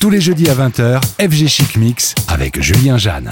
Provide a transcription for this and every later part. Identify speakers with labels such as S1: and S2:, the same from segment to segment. S1: Tous les jeudis à 20h, FG Chic Mix avec Julien Jeanne.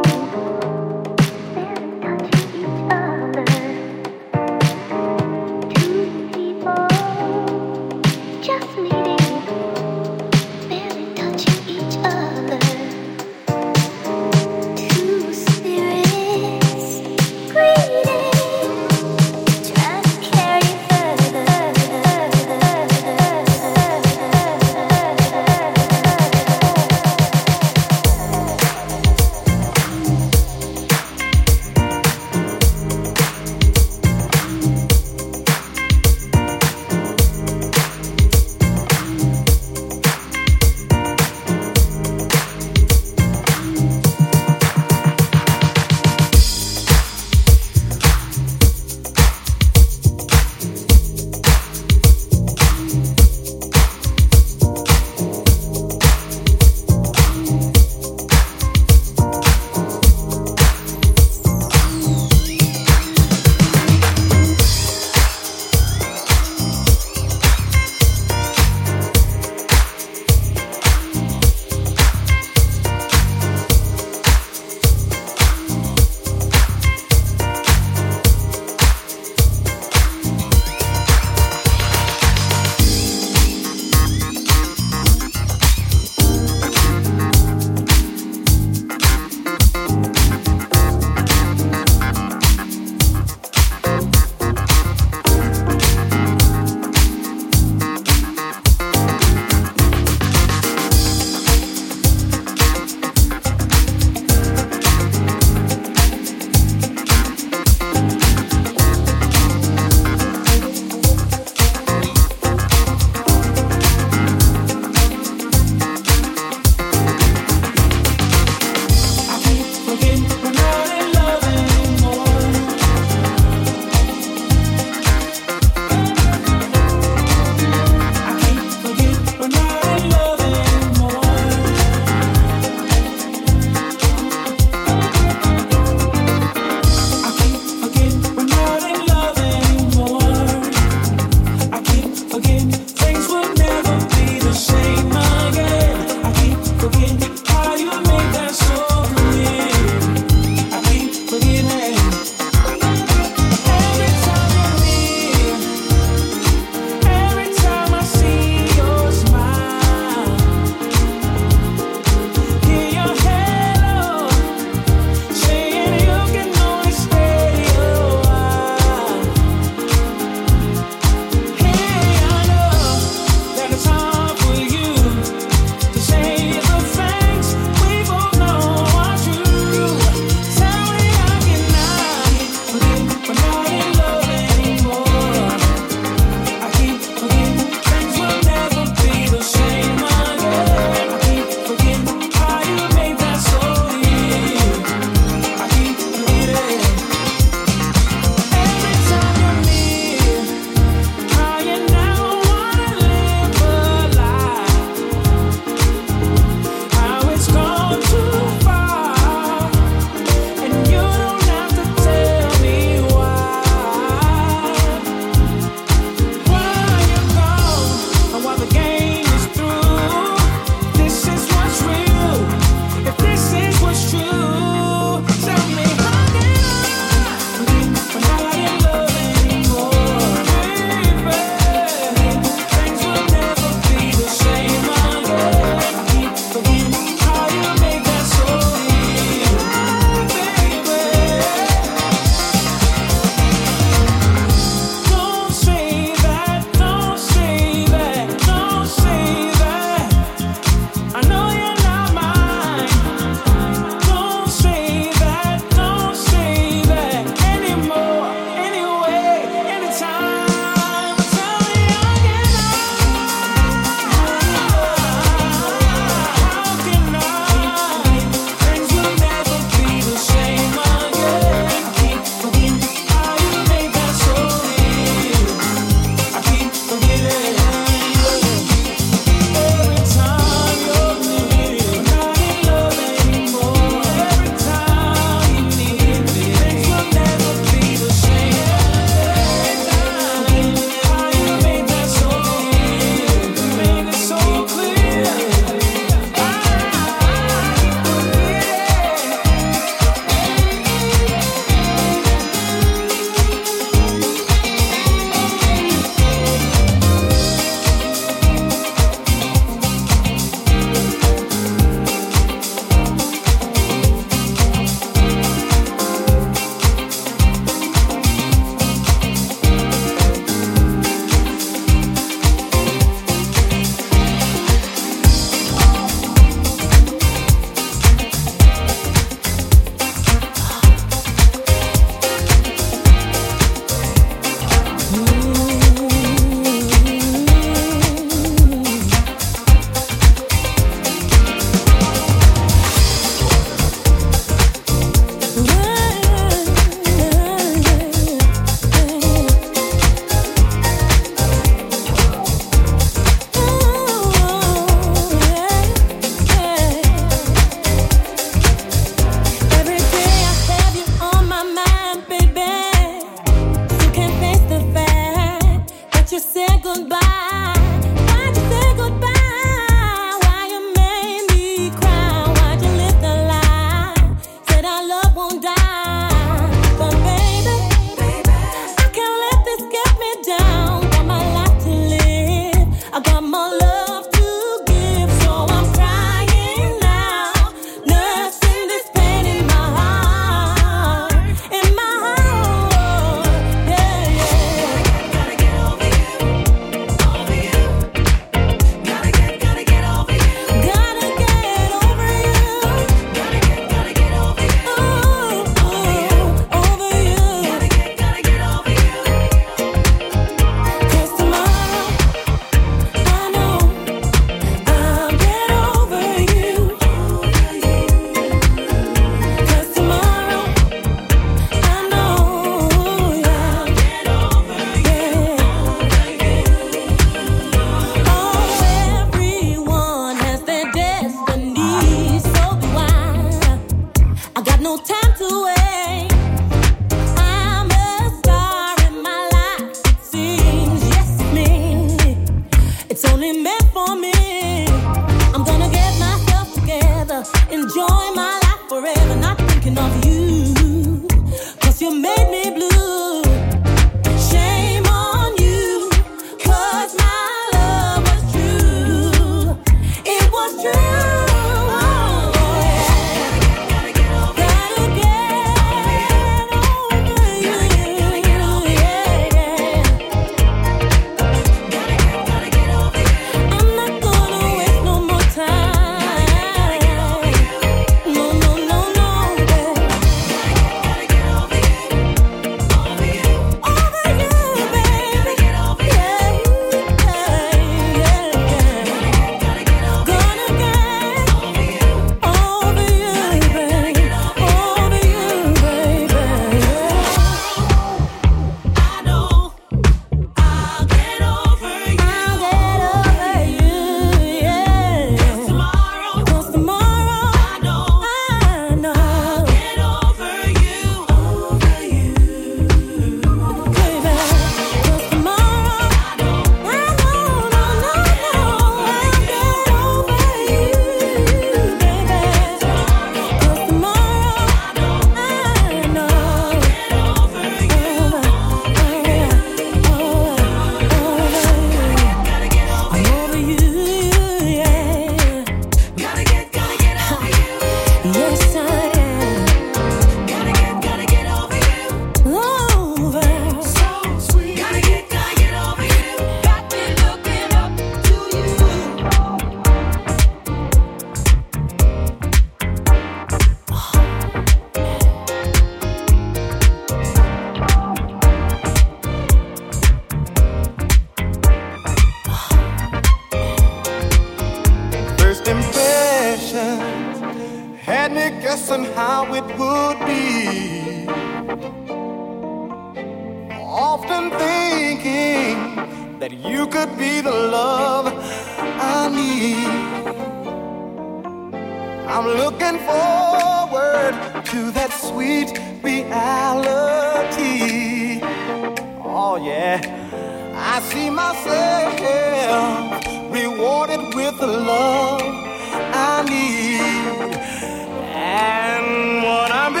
S2: Oh, Oh, Oh, Oh,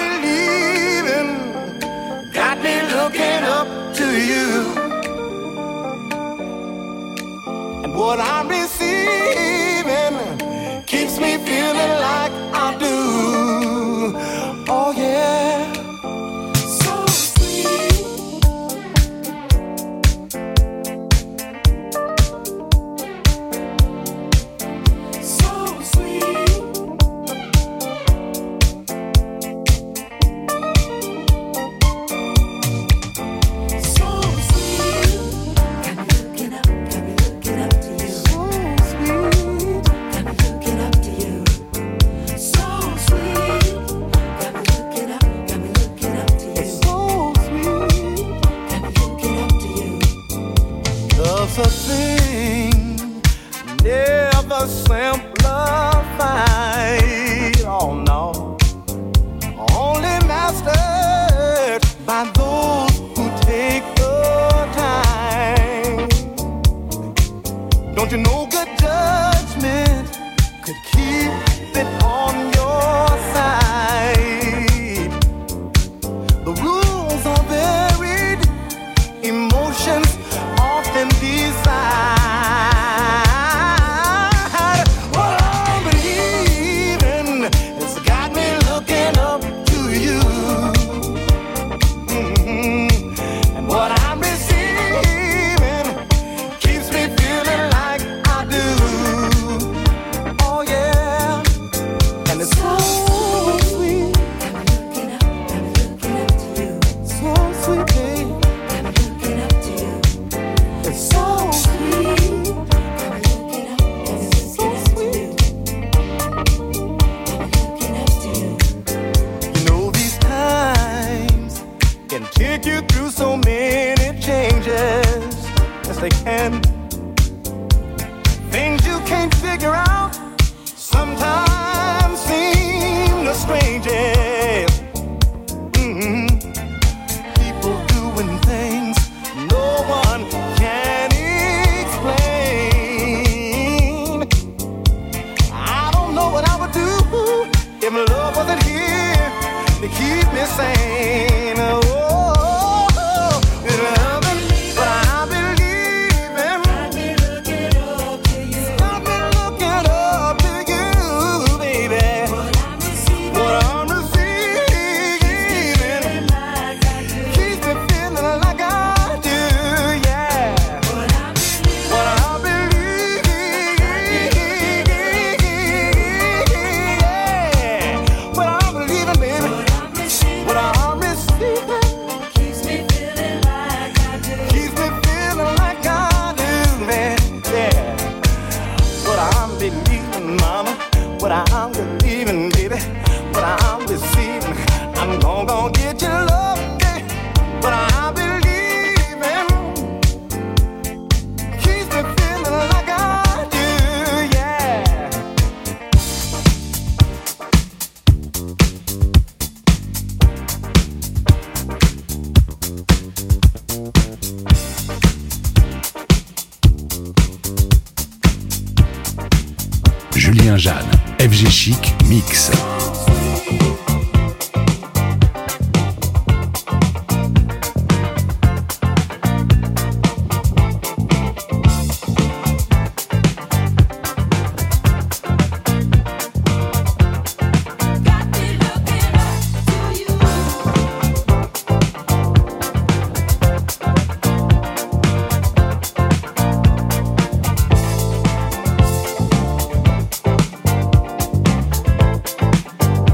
S2: Oh, by those who take the time Don't you know good judgment could keep it on your side? The rules are varied, emotions often decide. What I'm believing has got me looking up to you. Mhm. And what I'm receiving keeps me feeling like I do. Oh yeah, and it's so sweet, so sweet, babe. It's so sweet, so sweet. You know these times can kick you through so many changes. Yes, they can. Things you can't figure out sometimes seem the strangest. Mhm. People doing things no one can explain. I don't know what I would do if love wasn't here to keep me sane. Oh, with love and- but I believe in- got me looking up to you, baby. What I'm receiving keeps me feeling like I do, yeah. What I believe, yeah. What I believe in, baby. What I'm receiving keeps me feeling like I do, man. Yeah. What I'm believing, mama. What I'm believing, baby. What I'm receiving. I'm gon' gon' get your love. yeah. What I believe in keeps me feeling like I do, yeah.
S3: Julien Jeanne, FG Chic Mix.
S4: Got me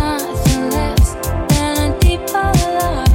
S4: Nothing less than a deeper love.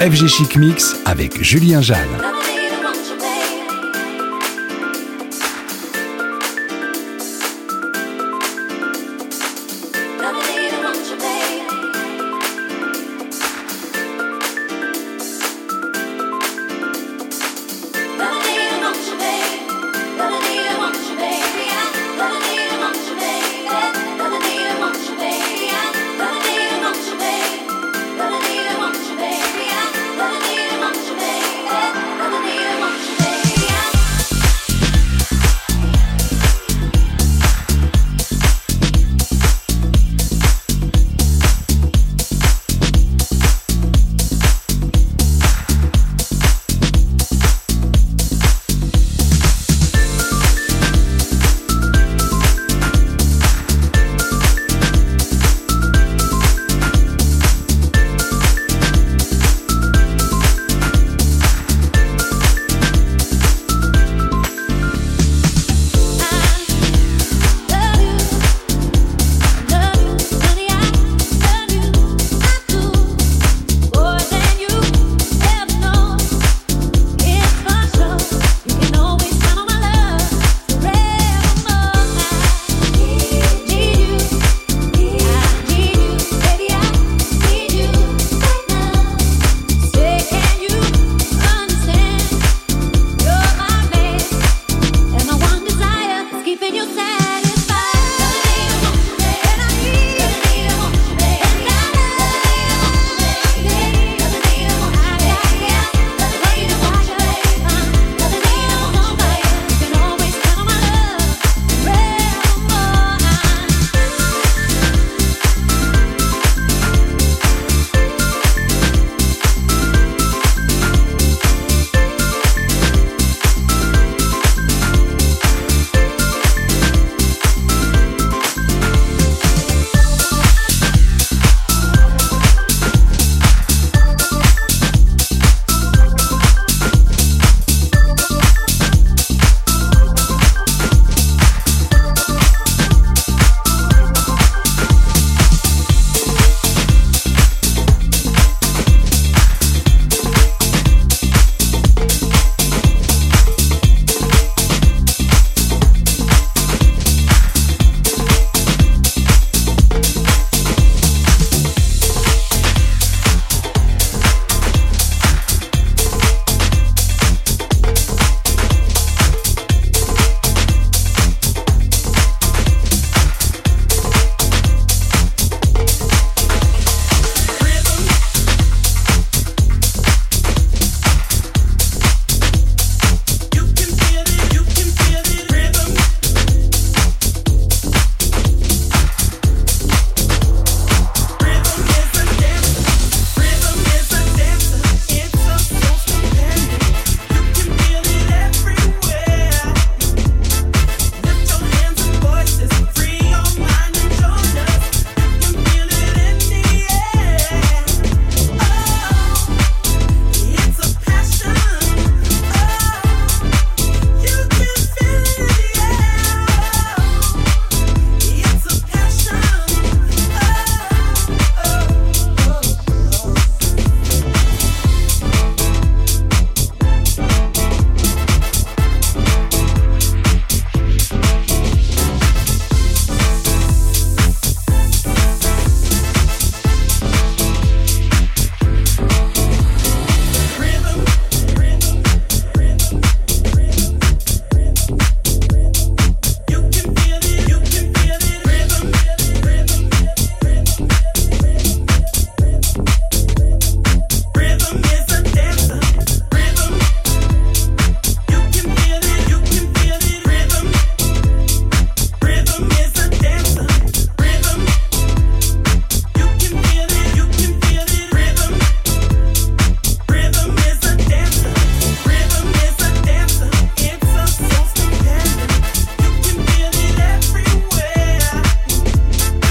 S3: FG Chic Mix avec Julien Jeanne.
S4: Baby, I, I need a want you, baby.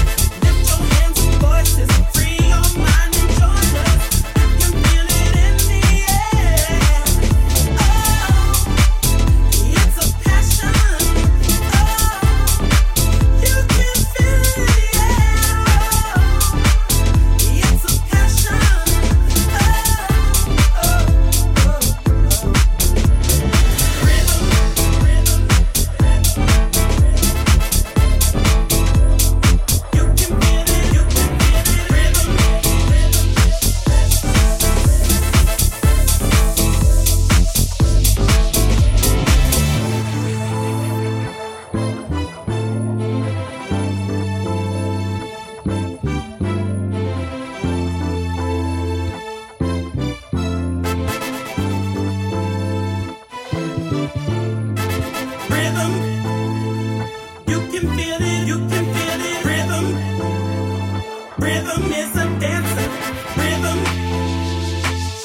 S2: Oh. Oh, Oh, Oh, Rhythm is a dancer. Rhythm.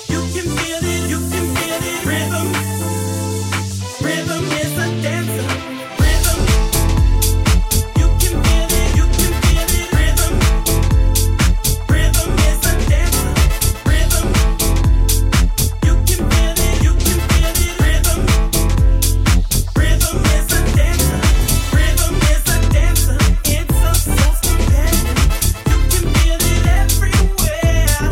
S2: You can feel it. You can feel it. Rhythm. Rhythm is a dancer. Rhythm. You can feel it. You can feel it. Rhythm. Rhythm is a dancer. Rhythm. You can feel it. You can feel it. Rhythm. Rhythm is a dancer. Rhythm is a dancer. It's a soul's companion. You can feel it everywhere.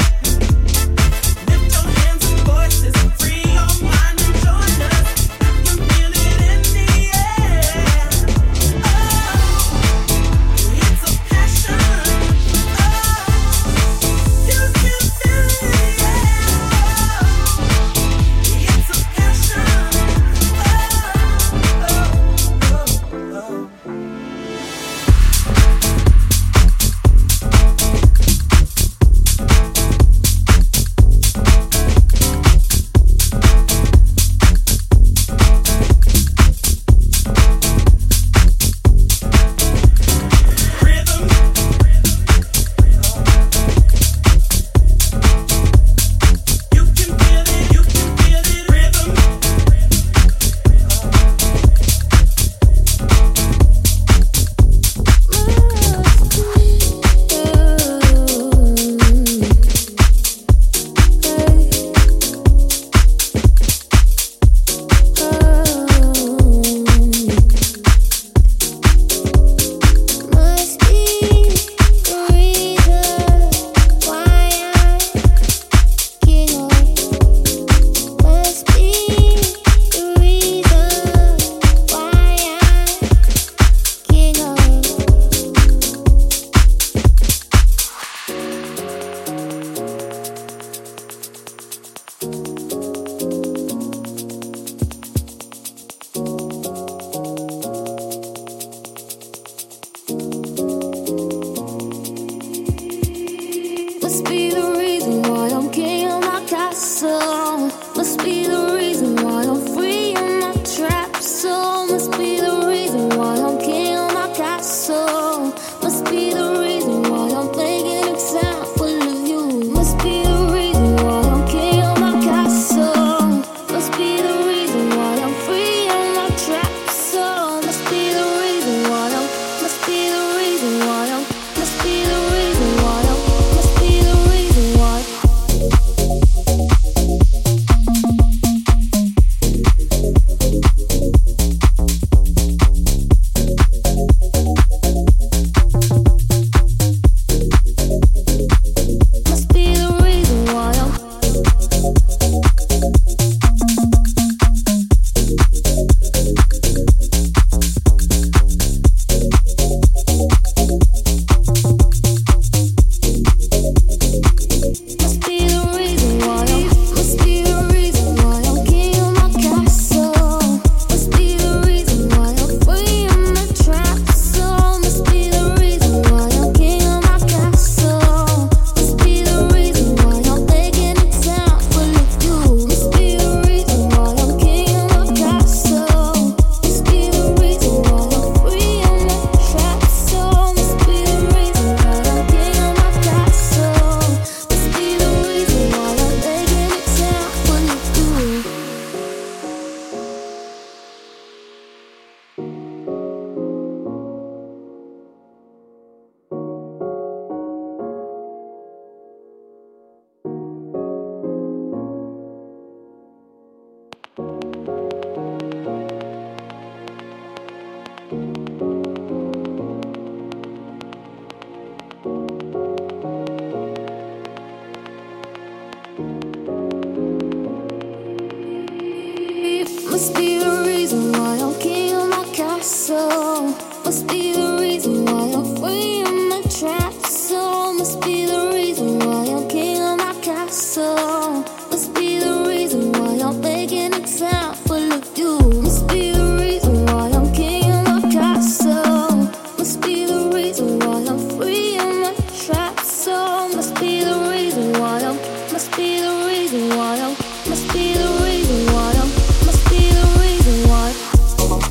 S2: Lift your hands and voices, free your mind and join us. You can feel it in the air. Oh, it's a passion. Oh, you can feel it in the air. Oh, it's a passion. Oh, oh, oh, oh. Rhythm. You can feel it. You can feel it. Rhythm.
S3: Must be the reason why I get old. Must be the reason why I get old. Must be the reason why I'm king of my castle. Must be the reason why I'm free in my trap. So must be the reason why I'm king of my castle. Must be the reason why I'm taking an example of you. Must be the reason why I'm king of my castle. Must be the reason why I'm free in my trap. So must be the reason why I'm. Must be the reason why I'm. Must be the reason why I'm. Must be the reason why. Must be the reason why I'm. Must be the reason why I'm. Must be the reason why I'm king of my castle. Must be the reason why I'm free in the trap. So must be the reason why I'm king of my castle. Must be the reason why I'm taking example of you. Must be the reason why I'm king of my castle. Must be the reason why I'm free in the trap. So must be the reason why I'm king of my castle. Must be the reason why I'm taking example of you. Must be the reason why I'm king of my castle. Must be the reason why I'm free in my trap. So must be the reason why I'm king of my castle. Must be the reason why I'm making an example of you. Must be the reason why I'm king of my castle. Must be the reason why I'm free in my trap. So must be the reason why I'm. Must be the reason why I'm. Must be the reason why I'm. Must be the reason why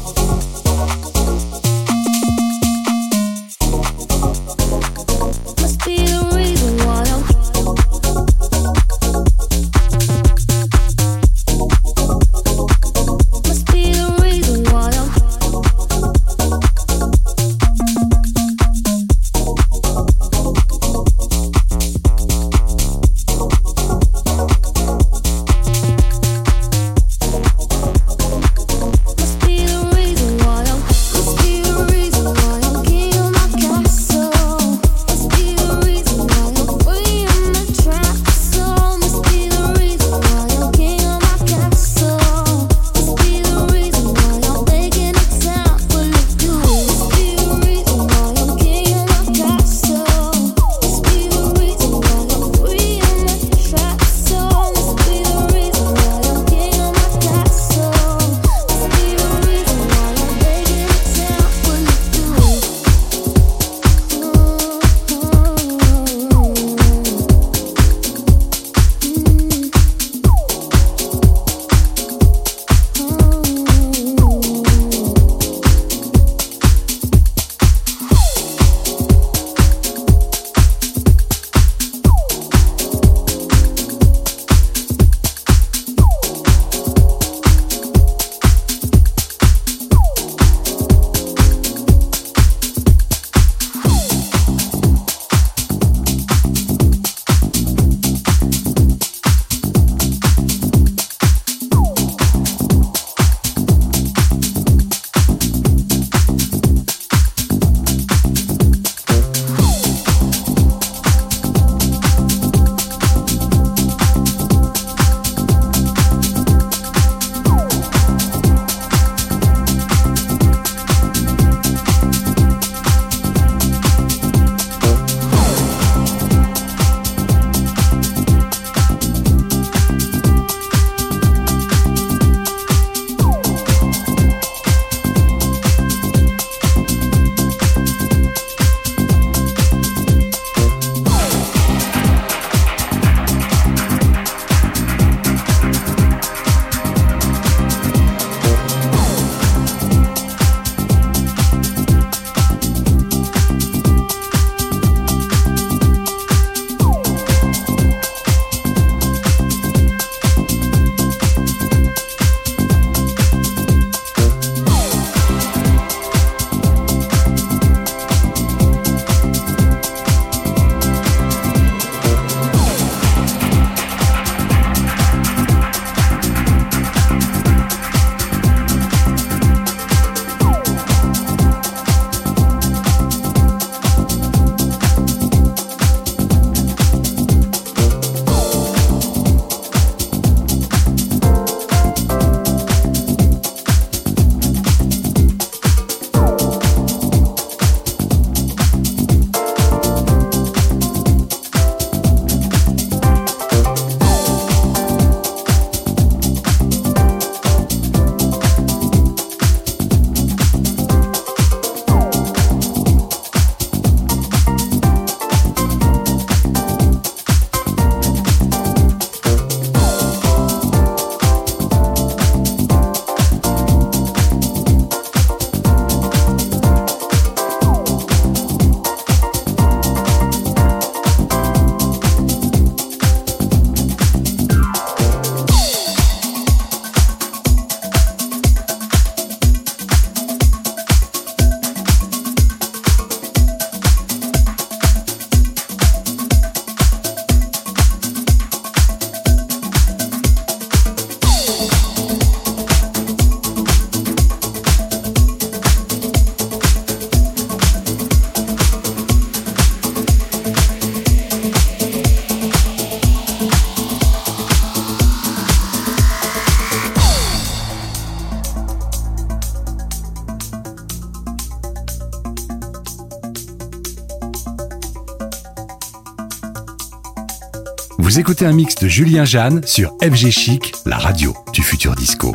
S1: Vous écoutez un mix de Julien Jeanne sur FG Chic, la radio du futur disco.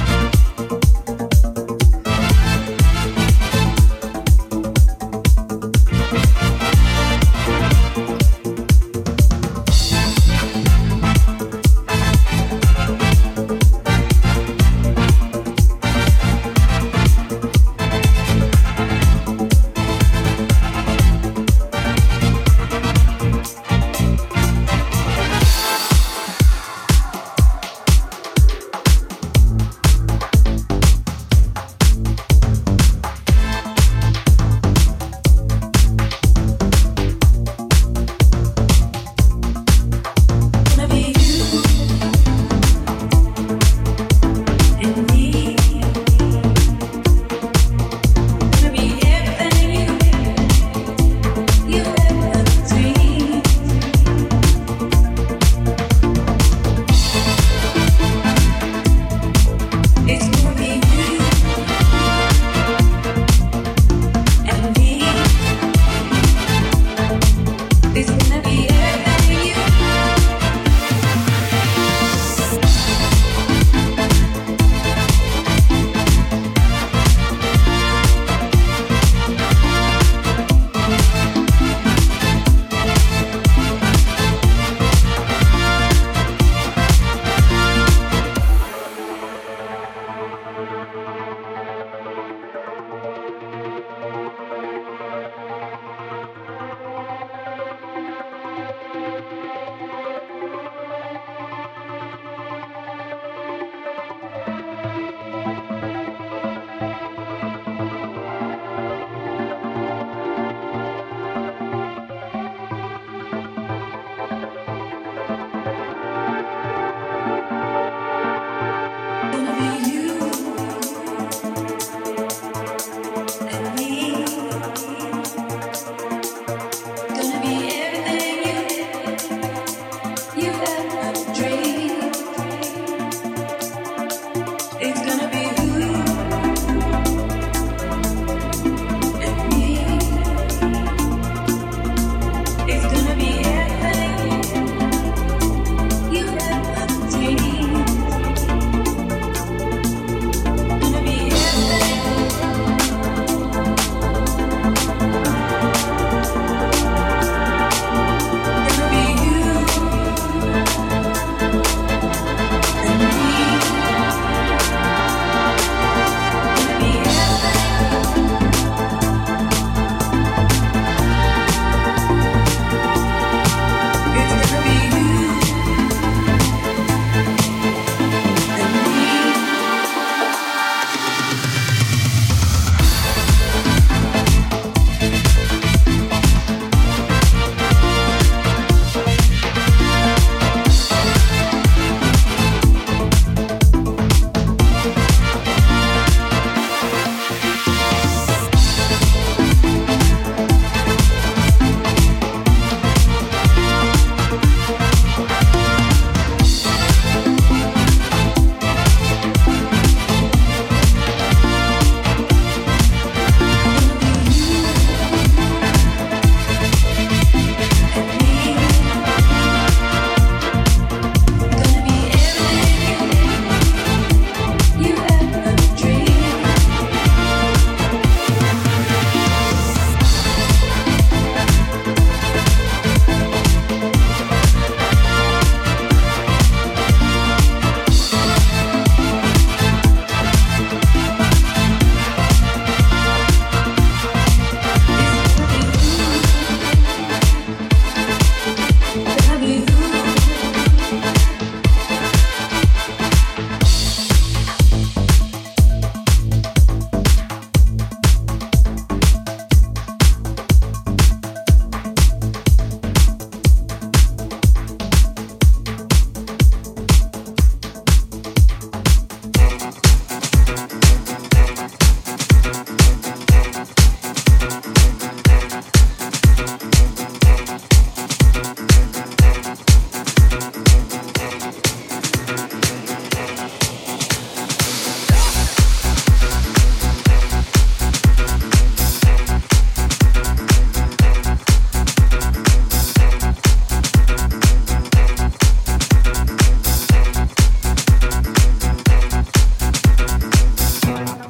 S5: Rhythm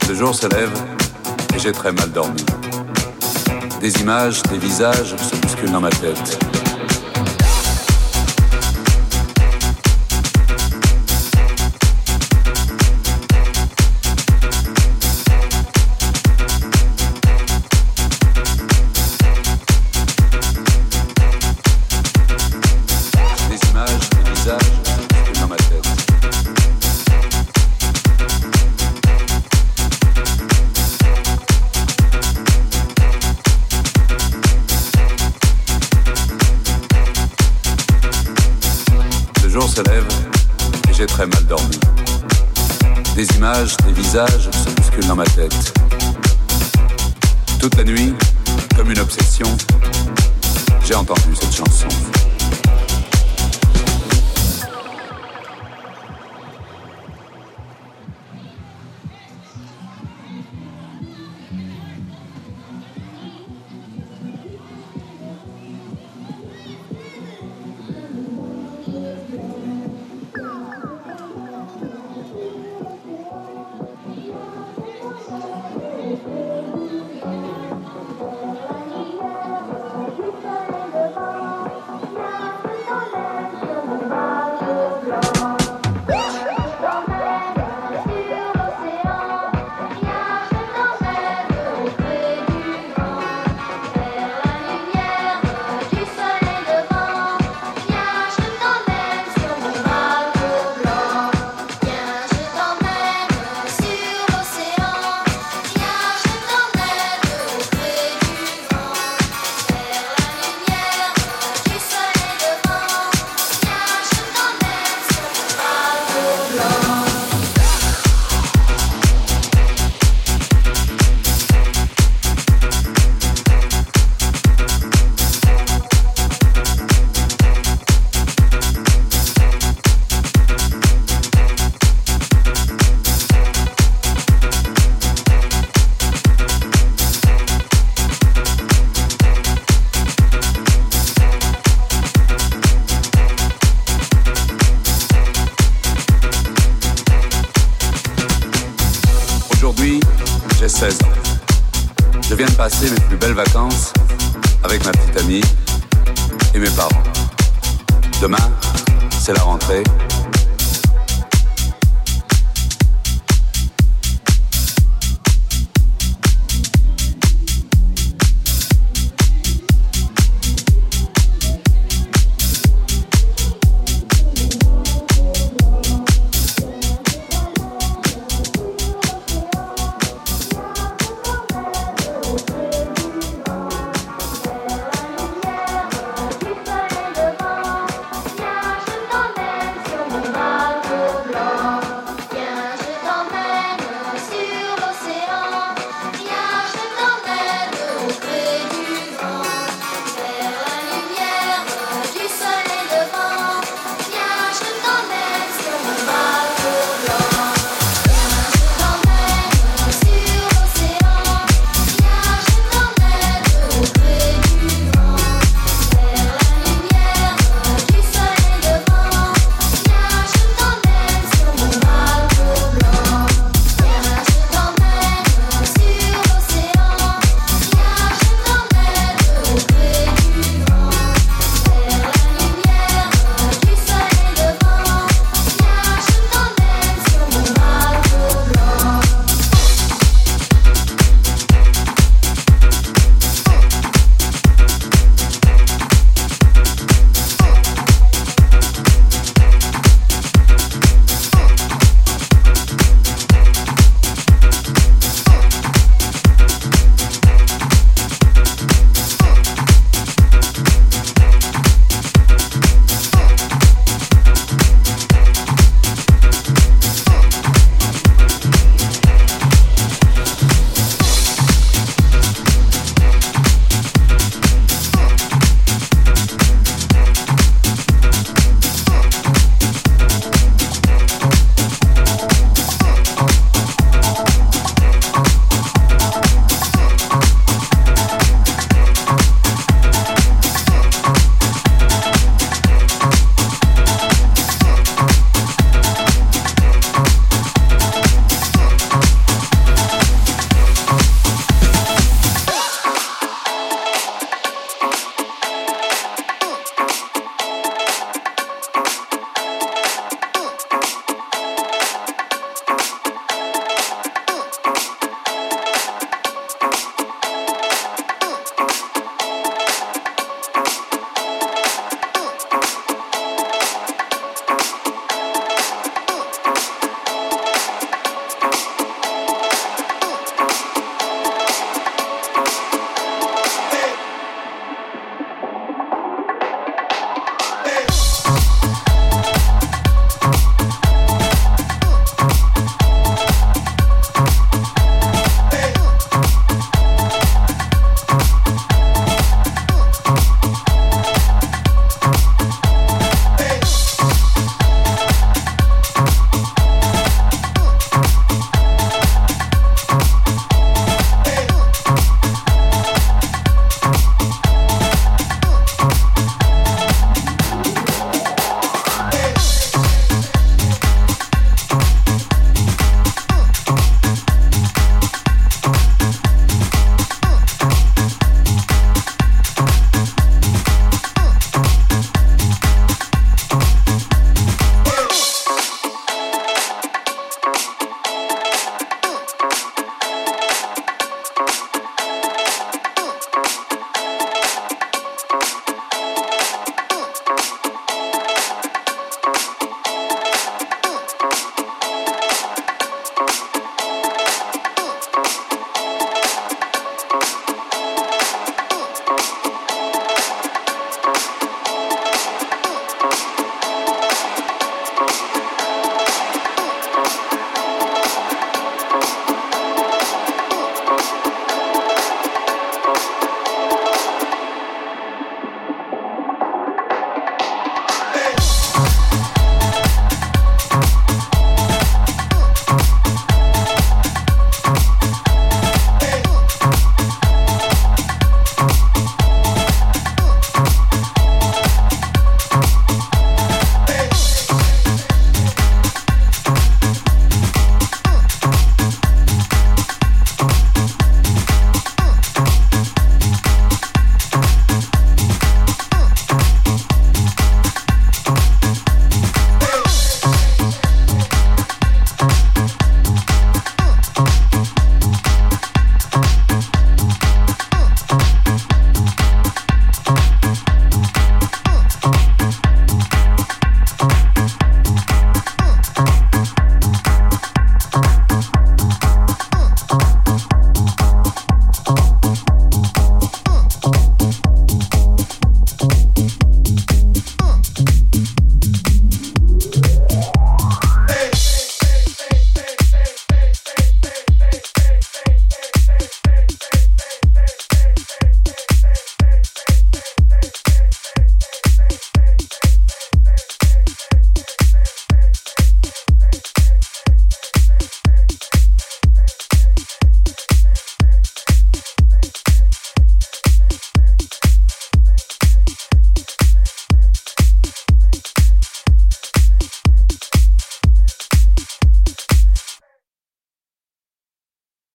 S6: Ce jour se lève et j'ai très mal dormi. Des images, des visages se bousculent dans ma tête. Des images, des visages se bousculent dans ma tête. Le jour se lève et j'ai très mal dormi. Des images, des visages se bousculent dans ma tête. Toute la nuit, comme une obsession, j'ai entendu cette chanson. Aujourd'hui, j'ai 16 ans. Je viens de passer mes plus belles vacances avec ma petite amie et mes parents. Demain, c'est la rentrée